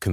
Can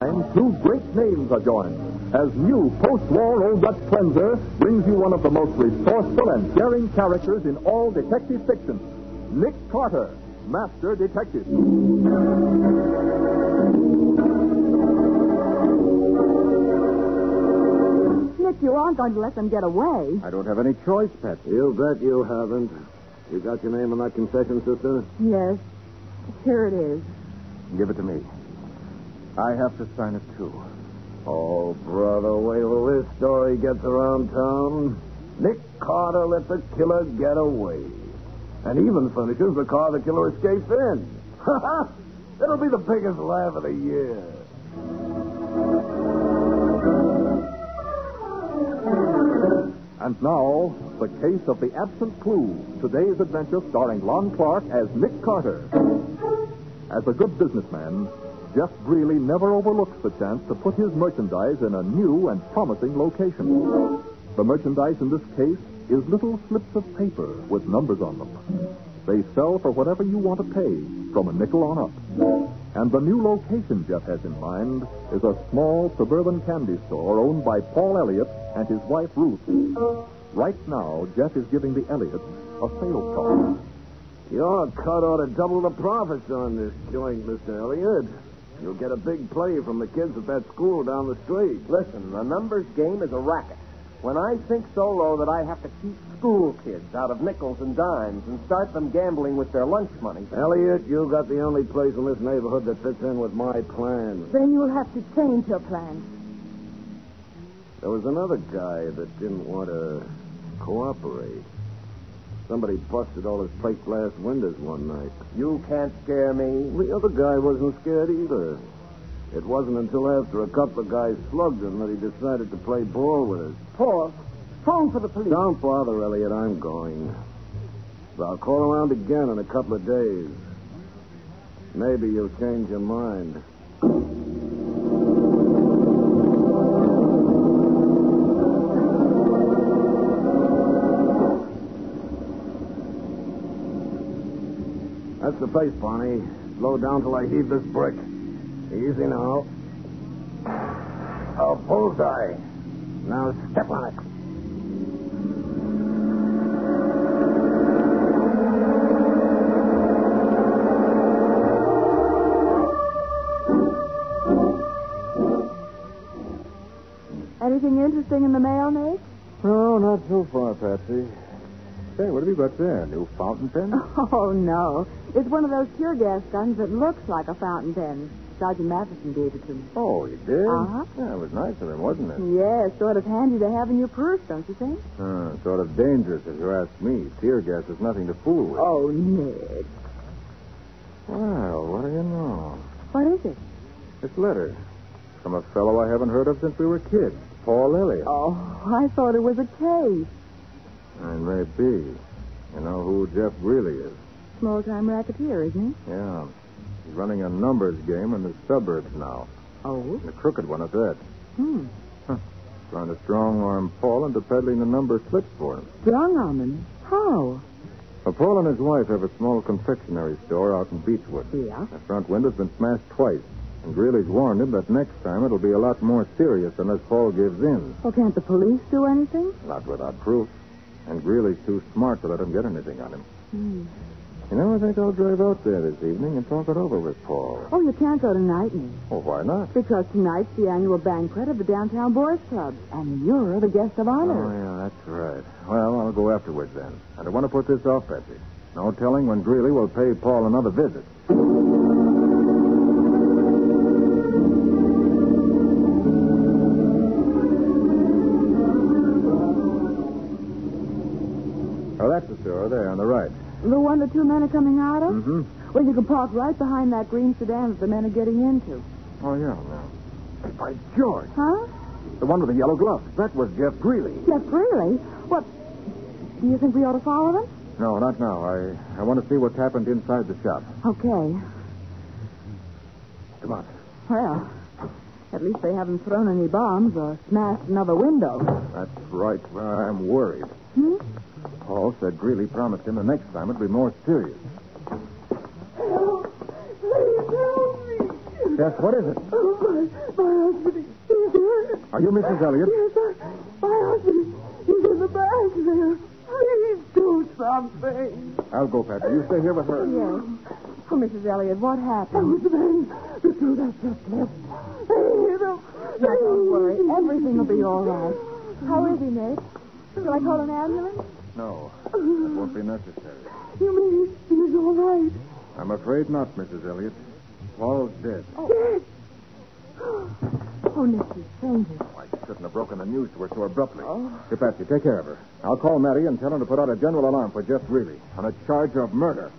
And two great names are joined as new post-war old Dutch cleanser brings you one of the most resourceful and daring characters in all detective fiction, Nick Carter, Master Detective. Nick, you aren't going to let them get away. I don't have any choice, Patsy. You bet you haven't. You got your name on that confession, sister? Yes. Here it is. Give it to me. I have to sign it, too. Oh, brother, wait till this story gets around town. Nick Carter let the killer get away. And even furnishes the car the killer escaped in. It'll be the biggest laugh of the year. And now, the case of the absent clue. Today's adventure starring Lon Clark as Nick Carter. As a good businessman, Jeff Greeley never overlooks the chance to put his merchandise in a new and promising location. The merchandise in this case is little slips of paper with numbers on them. They sell for whatever you want to pay, from a nickel on up. And the new location Jeff has in mind is a small suburban candy store owned by Paul Elliott and his wife Ruth. Right now, Jeff is giving the Elliots a sales call. Your cut ought to double the profits on this joint, Mr. Elliott. You'll get a big play from the kids at that school down the street. Listen, the numbers game is a racket. When I sink so low that I have to keep school kids out of nickels and dimes and start them gambling with their lunch money. Elliot, you got the only place in this neighborhood that fits in with my plan. Then you'll have to change your plan. There was another guy that didn't want to cooperate. Somebody busted all his plate glass windows one night. You can't scare me. The other guy wasn't scared either. It wasn't until after a couple of guys slugged him that he decided to play ball with us. Pause. Phone for the police. Don't bother, Elliot. I'm going. But I'll call around again in a couple of days. Maybe you'll change your mind. That's the pace, Barney. Slow down till I heave this brick. Easy now. A bullseye. Now step on it. Anything interesting in the mail, Nate? No, not so far, Patsy. Hey, what have you got there? New fountain pen? Oh, no. It's one of those tear gas guns that looks like a fountain pen. Sergeant Matheson gave it to me. Oh, you did? Uh-huh. Yeah, it was nice of him, wasn't it? Yes, sort of handy to have in your purse, don't you think? Uh, sort of dangerous, if you ask me. Tear gas is nothing to fool with. Oh, Nick. Well, what do you know? What is it? This letter from a fellow I haven't heard of since we were kids, Paul Elliott. Oh, I thought it was a case. It may be. You know who Jeff Greeley is? Small time racketeer, isn't he? Yeah. He's running a numbers game in the suburbs now. Oh? And a crooked one at that. Hmm. Huh. Trying to strong arm Paul into peddling the number slips for him. Strong almond. How? Well, Paul and his wife have a small confectionery store out in Beechwood. Yeah. The front window's been smashed twice. And Greeley's warned him that next time it'll be a lot more serious unless Paul gives in. Well, can't the police do anything? Not without proof. And Greeley's too smart to let him get anything on him. Hmm. You know, I think I'll drive out there this evening and talk it over with Paul. Oh, you can't go tonight, Nick. Well, why not? Because tonight's the annual banquet of the Downtown Boys Club, and you're the guest of honor. Oh, yeah, that's right. Well, I'll go afterwards then. I don't want to put this off, Betsy. No telling when Greeley will pay Paul another visit. Oh, that's the store there on the right. The one the two men are coming out of? Mm-hmm. Well, you can park right behind that green sedan that the men are getting into. Oh, yeah, yeah. By George. Huh? The one with the yellow gloves. That was Jeff Greeley. Jeff Greeley? What? Do you think we ought to follow them? No, not now. I, I want to see what's happened inside the shop. Okay. Come on. Well, at least they haven't thrown any bombs or smashed another window. That's right. Well, I'm worried. Hmm? Paul said Greeley promised him the next time it'd be more serious. Help! Please help me! Yes, what is it? Oh, my, my husband, he's hurt. Are you Mrs. Elliot? Yes, I, my husband, he's in the bath there. Please do something. I'll go, Patsy. You stay here with her. Yes. Oh, Mrs. Elliot, what happened? Those men, the two that just left, they hit him. Now, don't worry. Everything will be all right. How is he, Nick? Shall I call an ambulance? No, that won't be necessary. You mean he's all right? I'm afraid not, Mrs. Elliot. Paul's dead. Yes. Oh, Nick, strangers. I shouldn't have broken the news to her so abruptly. Here, Patsy, take care of her. I'll call Matty and tell him to put out a general alarm for Jeff Greeley on a charge of murder.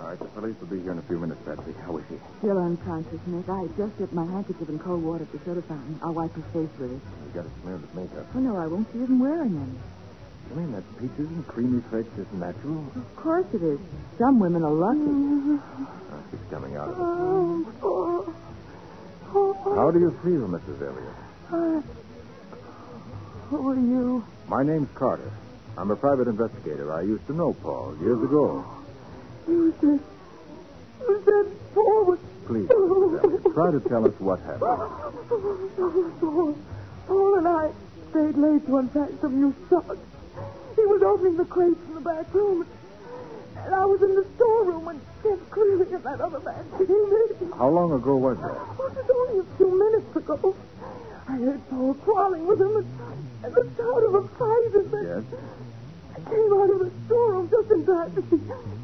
All right, the police will be here in a few minutes, Patsy. How is she? Still unconscious, Nick. I just dipped my handkerchief in cold water at the soda fountain. I'll wipe her face with it. You got a smear of makeup. Oh, no, I won't. She isn't wearing any. You mean that peaches and creamy face is natural? Of course it is. Some women are lucky. Mm-hmm. Oh, she's coming out of it. Oh, oh, oh, How do you feel, Mrs. Elliot? oh. Who are you? My name's Carter. I'm a private investigator. I used to know Paul years ago. You said, you said forward. Please, Mrs. Elliot, try to tell us what happened. Paul, Paul and I stayed late to unpack some new stock. He was opening the crates in the back room, and I was in the storeroom when Jeff Cleary and that other man came in. How long ago was that? Oh, it was only a few minutes ago. I heard Paul quarreling with him, and, and the sound of a fight, and then Yes. I came out of the storeroom just in time to see,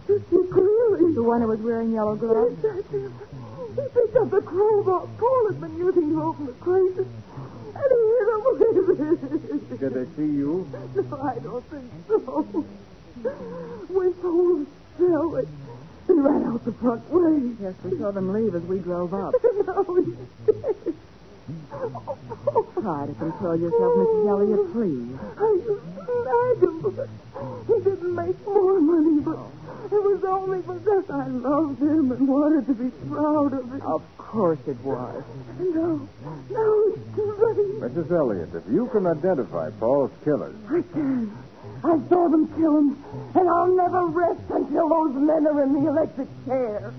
to see Cleary. The one who was wearing yellow gloves? He picked up the crowbar Paul had been using to open the crate, and he hit him with it. Did they see you? No, I don't think so. When Paul fell, they, they ran out the front way. Yes, we saw them leave as we drove up. Now he's dead. Oh, Paul, Try to control yourself, Mrs. Elliot, please. I just lied him, but he didn't make more money, but it was only because I loved him and wanted to be proud of him. Of course it was. No, no, it's too late. Mrs. Elliot, if you can identify Paul's killers, I can. I saw them kill him, and I'll never rest until those men are in the electric chair.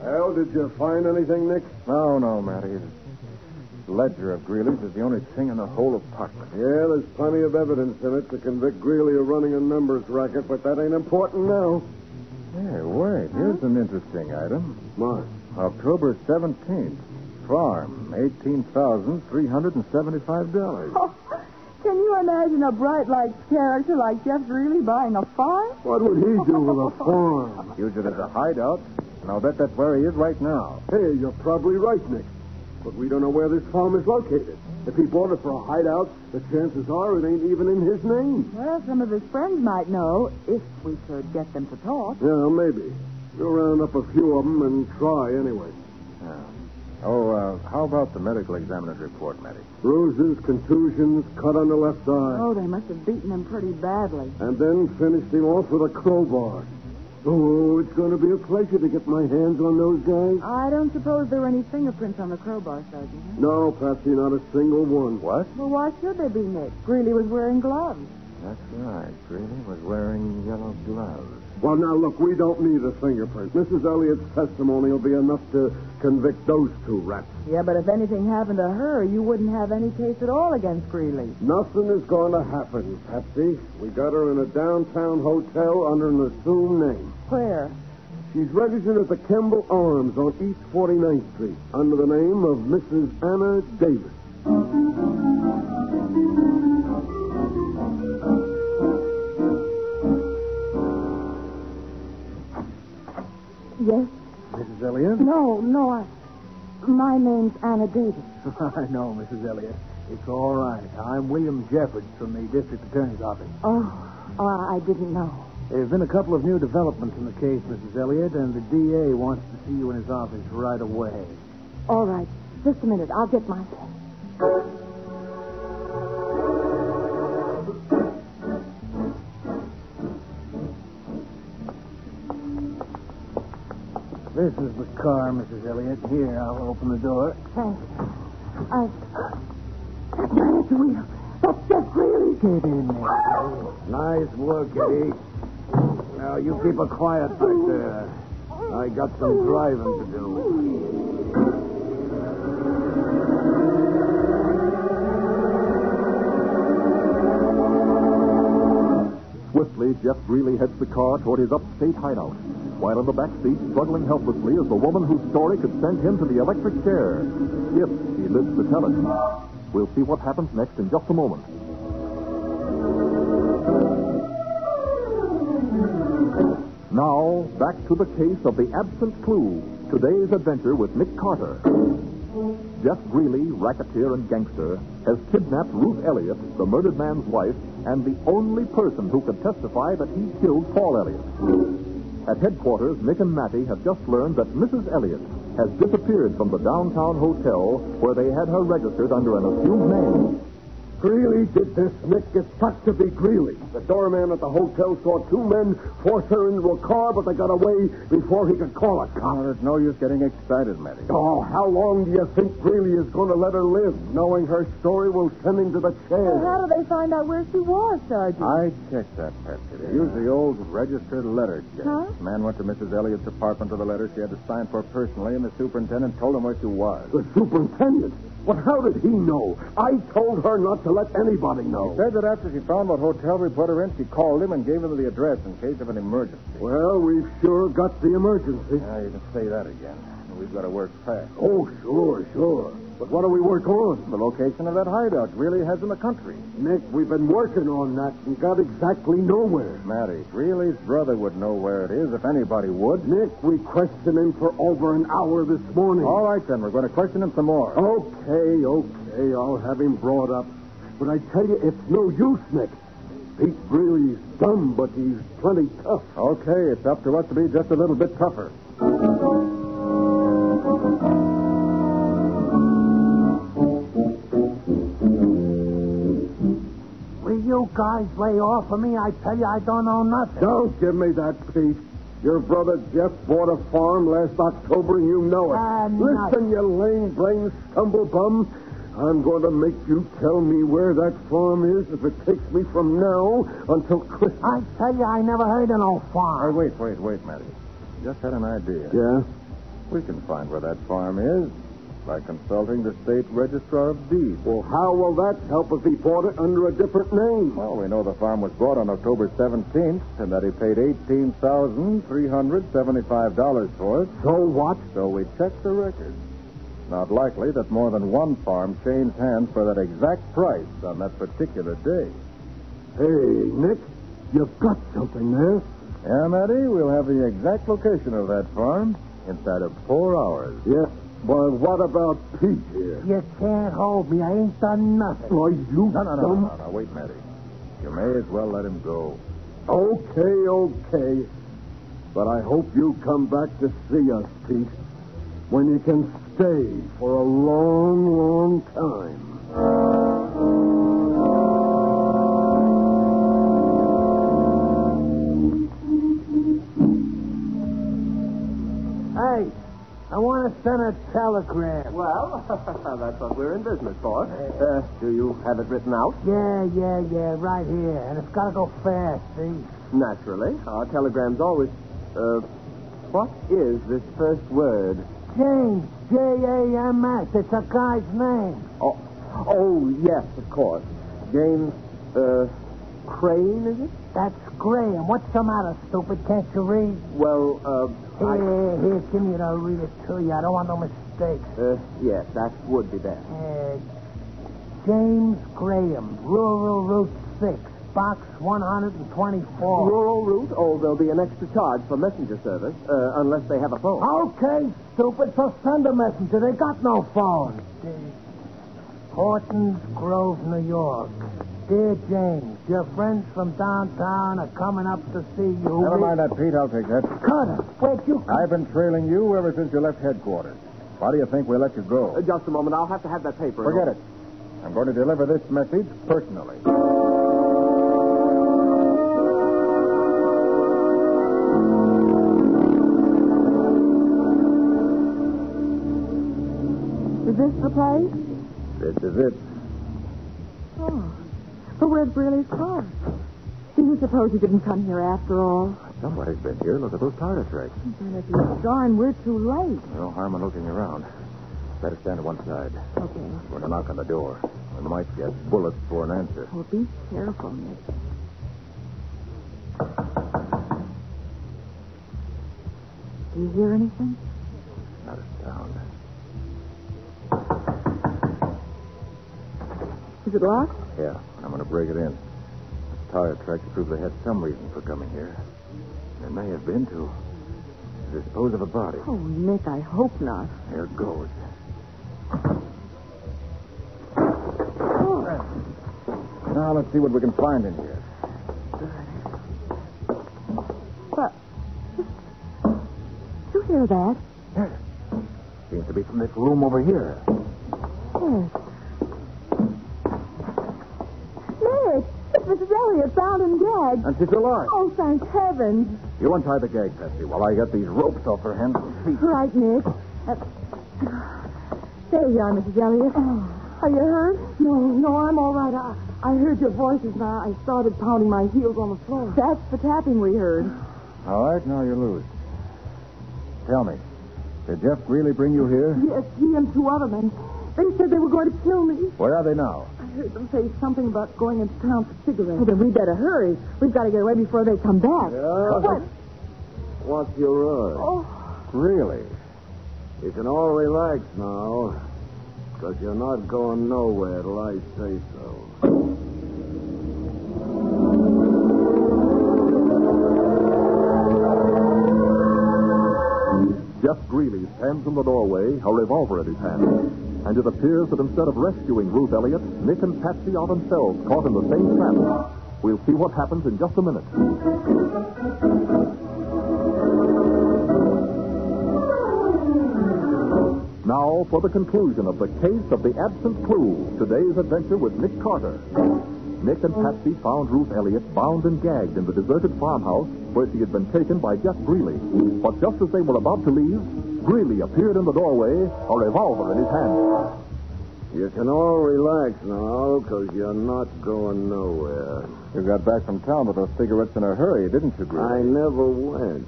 Well, did you find anything, Nick? no, no, Matty. The ledger of Greeley's is the only thing in the whole apartment. Yeah, there's plenty of evidence in it to convict Greeley of running a numbers racket, but that ain't important now. Hey, wait. Here's an interesting item. Mark. October 17th. Farm, $18,375. Can you imagine a bright like character like Jeff really buying a farm? What would he do with a farm? Use it as a hideout, and I'll bet that's where he is right now. Hey, you're probably right, Nick. But we don't know where this farm is located. If he bought it for a hideout, the chances are it ain't even in his name. Well, some of his friends might know if we could get them to talk. Yeah, maybe. We'll round up a few of them and try anyway. Yeah. Oh, uh, how about the medical examiner's report, Matty? Bruises, contusions, cut on the left eye. Oh, they must have beaten him pretty badly. And then finished him off with a crowbar. Oh, it's going to be a pleasure to get my hands on those guys. I don't suppose there were any fingerprints on the crowbar, Sergeant. huh? No, Patsy, not a single one. What? Well, why should there be, Nick? Greeley was wearing gloves. That's right. Greeley was wearing yellow gloves. Well, now, look, we don't need a fingerprint. Mrs. Elliot's testimony will be enough to convict those two rats. Yeah, but if anything happened to her, you wouldn't have any case at all against Greeley. Nothing is going to happen, Patsy. We got her in a downtown hotel under an assumed name. Where? She's registered at the Kemble Arms on East 49th Street under the name of Mrs. Anna Davis. Yes. Mrs. Elliot? No, no, I, My name's Anna Davis. I know, Mrs. Elliott. It's all right. I'm William Jeffords from the district attorney's office. Oh, oh, I didn't know. There's been a couple of new developments in the case, Mrs. Elliott, and the DA wants to see you in his office right away. All right. Just a minute. I'll get my pen. This is the car, Mrs. Elliott. Here, I'll open the door. Thanks. I. That man at the wheel. That's Jeff Greeley. Get in there. Nice work, Eddie. Now, you keep her quiet right there. I got some driving to do. Swiftly, Jeff Greeley heads the car toward his upstate hideout, while in the back seat, struggling helplessly, is the woman whose story could send him to the electric chair, if he lives to tell it. We'll see what happens next in just a moment. Now, back to the case of the absent clue. Today's adventure with Nick Carter. Jeff Greeley, racketeer and gangster, has kidnapped Ruth Elliott, the murdered man's wife, and the only person who could testify that he killed Paul Elliott. At headquarters, Nick and Mattie have just learned that Mrs. Elliott has disappeared from the downtown hotel where they had her registered under an assumed name. Greeley did this, Nick. It's got to be Greeley. The doorman at the hotel saw two men force her into a car, but they got away before he could call a cop. there's no use getting excited, Matty. Oh, how long do you think Greeley is going to let her live? Knowing her story will send him to the Well, chair. how do they find out where she was, Sergeant? I checked that, Patsy. They used the old registered letter check. Huh? Man went to Mrs. Elliott's apartment with a letter she had to sign for personally, and the superintendent told him where she was. The superintendent. Well, how did he know? I told her not to let anybody know. Said that after she found what hotel we put her in, she called him and gave him the address in case of an emergency. Well, we've sure got the emergency. Now you can say that again. We've got to work fast. Oh, sure, sure. But what do we work on? The location of that hideout really has in the country. Nick, we've been working on that and got exactly nowhere. Matty, Greeley's brother would know where it is if anybody would. Nick, we questioned him for over an hour this morning. All right, then. We're going to question him some more. Oh. Okay, okay, I'll have him brought up. But I tell you, it's no use, Nick. Pete Greeley's dumb, but he's plenty tough. Okay, it's up to us to be just a little bit tougher. Will you guys lay off of me? I tell you, I don't know nothing. Don't give me that, Pete. Your brother Jeff bought a farm last October, and you know it. Ah, nice. Listen, you lame brain stumble bum. I'm going to make you tell me where that farm is if it takes me from now until Christmas. I tell you, I never heard of no Hey, farm. wait, wait, wait, Matty. Just had an idea. Yeah? We can find where that farm is by consulting the state registrar of deeds. Well, how will that help if he bought it under a different name? Well, we know the farm was bought on October 17th and that he paid $18,375 for it. So what? So we checked the records. Not likely that more than one farm changed hands for that exact price on that particular day. Hey, Nick, you've got something there. Yeah, Matty, we'll have the exact location of that farm inside of four hours. Yeah. Well, what about Pete here? You can't hold me. I ain't done nothing. Why, you No, no, no, dumb... no, no, no. Wait, Matty. You may as well let him go. Okay, okay. But I hope you come back to see us, Pete, when you can stay for a long, long time. Hey, I want to send a telegram. Well, that's what we're in business for. Uh, do you have it written out? Yeah, yeah, yeah, right here. And it's got to go fast, see? Naturally. Our telegram's always. Uh, what is this first word? James, J A M S. It's a guy's name. Oh, oh yes, of course. James, uh, Crane, is it? That's Graham. What's the matter, stupid? Can't you read? Well, uh, Here, I, here, give me it. I'll read it to you. I don't want no mistakes. uh, yes, that would be best. Uh, James Graham, Rural Route 6, Box 124. Rural route? Oh, there'll be an extra charge for messenger service, uh, unless they have a phone. Okay, stupid, so send a messenger. They got no phone. Hortons Grove, New York. Dear James, your friends from downtown are coming up to see you. Never mind that, Pete. I'll take that. Carter, where'd you I've been trailing you ever since you left headquarters. Why do you think we let you go? Uh, just a moment. I'll have to have that paper. Forget it. I'm going to deliver this message personally. Is this the place? This is it. Oh. But where's Brearley's car? Do you suppose he didn't come here after all? Somebody's been here. Look at those tire tracks. And if he's gone, we're too late. No harm in looking around. Let us stand to one side. Okay. We're going to knock on the door. We might get bullets for an answer. Well, be careful, Nick. Do you hear anything? Not a sound. Is it locked? Yeah, I'm going to break it in. The tire tracks prove they had some reason for coming here. There may have been to dispose of a body. Oh, Nick, I hope not. Here goes. Now let's see what we can find in here. But you hear that? Seems to be from this room over here. Yes. Nick, it's Mrs. Elliot bound and gagged. And she's alive. Oh, thank heavens! You untie the gag, Patsy, while I get these ropes off her hands and feet. Right, Nick. Uh, there you are, Mrs. Elliot. Are you hurt? Oh. No, no, I'm all right. I, I heard your voices and I, I started pounding my heels on the floor. That's the tapping we heard. All right, now you're loose. Tell me, did Jeff really bring you here? Yes, he and two other men. They said they were going to kill me. Where are they now? I heard them say something about going into town for cigarettes. then we better hurry. We've got to get away before they come back. What? What's your rush? Oh, Really? You can all relax now, because you're not going nowhere till I say so. Jeff Greeley stands in the doorway, a revolver at his hand. And it appears that instead of rescuing Ruth Elliott, Nick and Patsy are themselves caught in the same trap. We'll see what happens in just a minute. Now for the conclusion of the case of the absent clue, today's adventure with Nick Carter. Nick and Patsy found Ruth Elliott bound and gagged in the deserted farmhouse where she had been taken by Jeff Greeley. But just as they were about to leave, Greeley appeared in the doorway, a revolver in his hand. You can all relax now, because you're not going nowhere. You got back from town with those cigarettes in a hurry, didn't I you, Greeley? never went.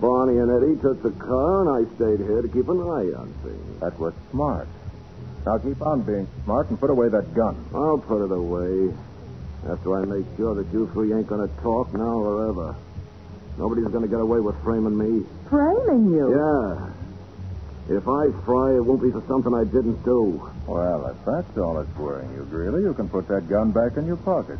Barney and Eddie took the car, and I stayed here to keep an eye on things. That was smart. Now keep on being smart and put away that gun. I'll put it away after I make sure that you three ain't going to talk now or ever. Nobody's going to get away with framing me. framing you. Yeah. If I fry, it won't be for something I didn't do. Well, if that's all it's worrying you, Greeley, you can put that gun back in your pocket.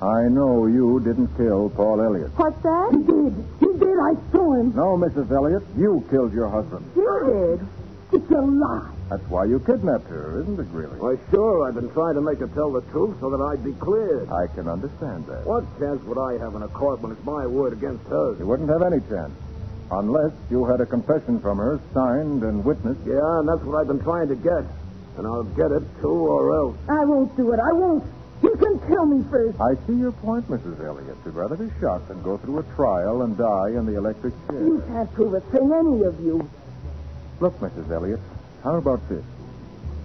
I know you didn't kill Paul Elliott. What's that? He did. He did. I saw him. No, Mrs. Elliott, you killed your husband. He did. It's a lie. That's why you kidnapped her, isn't it, Greeley? Why, sure, I've been trying to make her tell the truth so that I'd be cleared. I can understand that. What chance would I have in a court when it's my word against You hers? wouldn't have any chance. Unless you had a confession from her, signed and witnessed. Yeah, and that's what I've been trying to get. And I'll get it, too, or else. I won't do it. I won't. You can kill me first. I see your point, Mrs. Elliott. You'd rather be shot than go through a trial and die in the electric You chair. can't prove a thing, any of you. Look, Mrs. Elliott, how about this?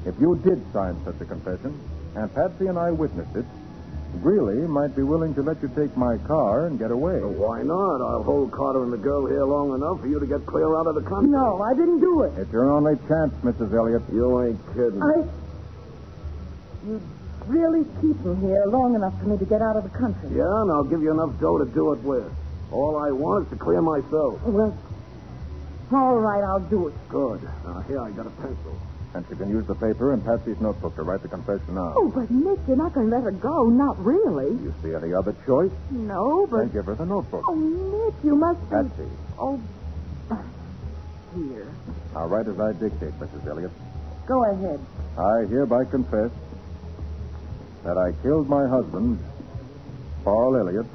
If you did sign such a confession, and Patsy and I witnessed it, Greeley might be willing to let you take my car and get away. Why not? I'll hold Carter and the girl here long enough for you to get clear out of the country. No, I didn't do it. It's your only chance, Mrs. Elliott. You ain't kidding. I. You really keep him here long enough for me to get out of the country. Yeah, and I'll give you enough dough to do it with. All I want is to clear myself. Well, all right, I'll do it. Good. Now, here, I got a pencil. And she can use the paper and Patsy's notebook to write the confession out. Oh, but Nick, you're not going to let her go. Not really. You see any other choice? No, but. Then give her the notebook. Oh, Nick, you must be. Patsy. Oh, here. I'll write as I dictate, Mrs. Elliot. Go ahead. I hereby confess that I killed my husband, Paul Elliott,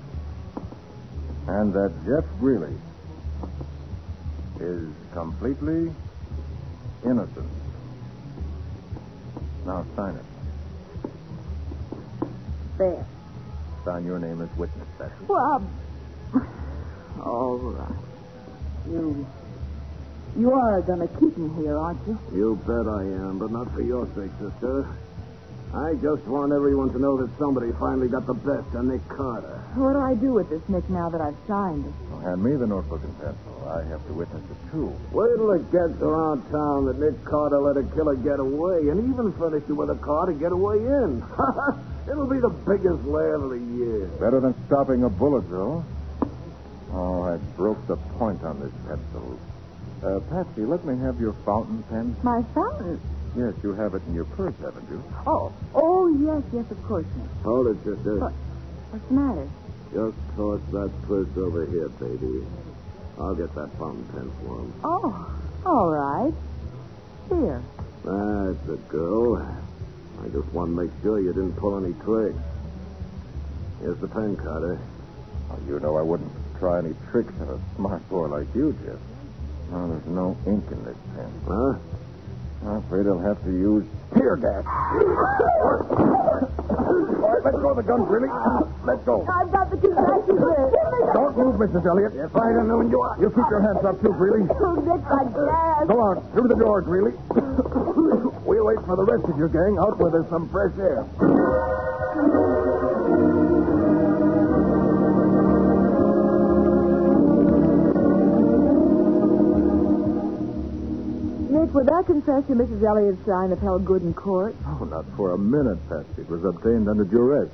and that Jeff Greeley is completely innocent. Now sign it. There. Sign your name as witness, Patsy. Well, I'm- all right. You, you are going to keep me here, aren't you? You bet I am, but not for your sake, sister. I just want everyone to know that somebody finally got the best on Nick Carter. What do I do with this Nick now that I've signed it? Well, hand me the notebook and pencil. I have to witness it, too. Wait till it gets around town that Nick Carter let a killer get away and even furnished you with a car to get away in. It'll be the biggest laugh of the year. Better than stopping a bullet, though. Oh, I broke the point on this pencil. Uh, Patsy, let me have your fountain pen. My fountain. Yes, you have it in your purse, haven't you? Oh, oh yes, yes, of course. Nick. Hold it, sister. What? What's the matter? Just toss that purse over here, baby. I'll get that fountain pen for him. Oh, all right. Here. That's a girl. I just want to make sure you didn't pull any tricks. Here's the pen, Carter. Oh, you know I wouldn't try any tricks on a smart boy like you, Jeff. Well, there's no ink in this pen. Huh? I'm afraid I'll have to use tear gas. All right, let's go of the gun, really. Let's go. I've got the confession here. Don't move, Mrs. Elliot. If I don't know you are. You keep your hands up, too, Greeley. Oh, Nick, I guess. Go on, through the door, Greeley. we'll wait for the rest of your gang out where there's some fresh air. Nick, would that confession Mrs. Elliot signed upheld good in court? Oh, not for a minute, Patsy. It was obtained under duress.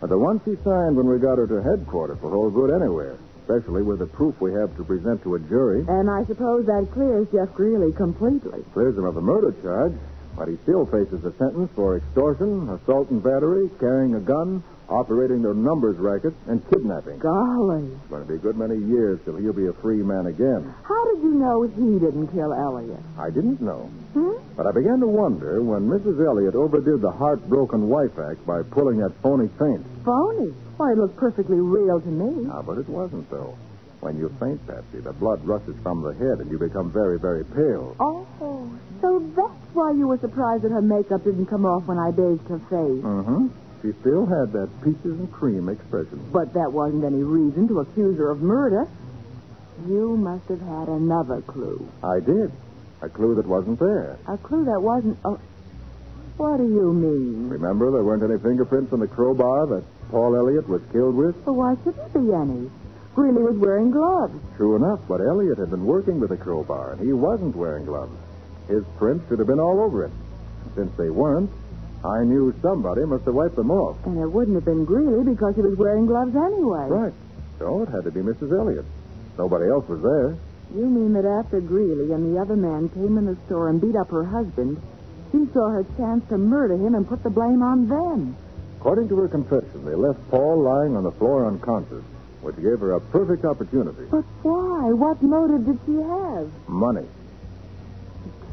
But the one she signed when we got her to headquarters will hold good anywhere, especially with the proof we have to present to a jury. And I suppose that clears Jeff Greeley completely. Clears him of the murder charge, but he still faces a sentence for extortion, assault and battery, carrying a gun, operating the numbers racket, and kidnapping. Golly. It's going to be a good many years till he'll be a free man again. How did you know he didn't kill Elliot? I didn't know. Hmm? But I began to wonder when Mrs. Elliot overdid the heartbroken wife act by pulling that phony feint. Phony. Why, it looked perfectly real to me. Ah, but it wasn't, though. When you faint, Patsy, the blood rushes from the head and you become very, very pale. Oh, so that's why you were surprised that her makeup didn't come off when I bathed her face. Mm-hmm. She still had that peaches and cream expression. But that wasn't any reason to accuse her of murder. You must have had another clue. I did. A clue that wasn't there. A clue that wasn't. A... What do you mean? Remember, there weren't any fingerprints on the crowbar that Paul Elliott was killed with? Well, why should there be any? Greeley was wearing gloves. True enough, but Elliott had been working with a crowbar, and he wasn't wearing gloves. His prints should have been all over it. Since they weren't, I knew somebody must have wiped them off. And it wouldn't have been Greeley because he was wearing gloves anyway. Right. So it had to be Mrs. Elliott. Nobody else was there. You mean that after Greeley and the other man came in the store and beat up her husband, she saw her chance to murder him and put the blame on them. According to her confession, they left Paul lying on the floor unconscious, which gave her a perfect opportunity. But why? What motive did she have? Money.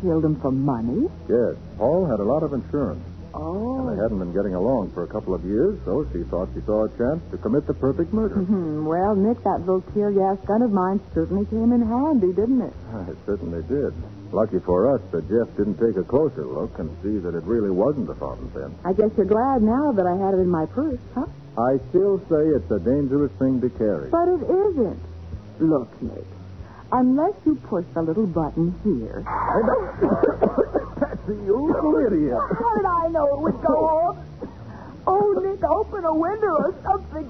Killed him for money? Yes, Paul had a lot of insurance, and they Oh. hadn't been getting along for a couple of years, so she thought she saw a chance to commit the perfect murder. Hmm, well, Nick, that little tear gas gun of mine certainly came in handy, didn't it? Ah, it certainly did. Lucky for us that Jeff didn't take a closer look and see that it really wasn't a fountain pen. I guess you're glad now that I had it in my purse, huh? I still say it's a dangerous thing to carry. But it isn't. Look, Nick, unless you push the little button here. Patsy, you little idiot. How did I know it would go off? Oh, Nick, open a window or something.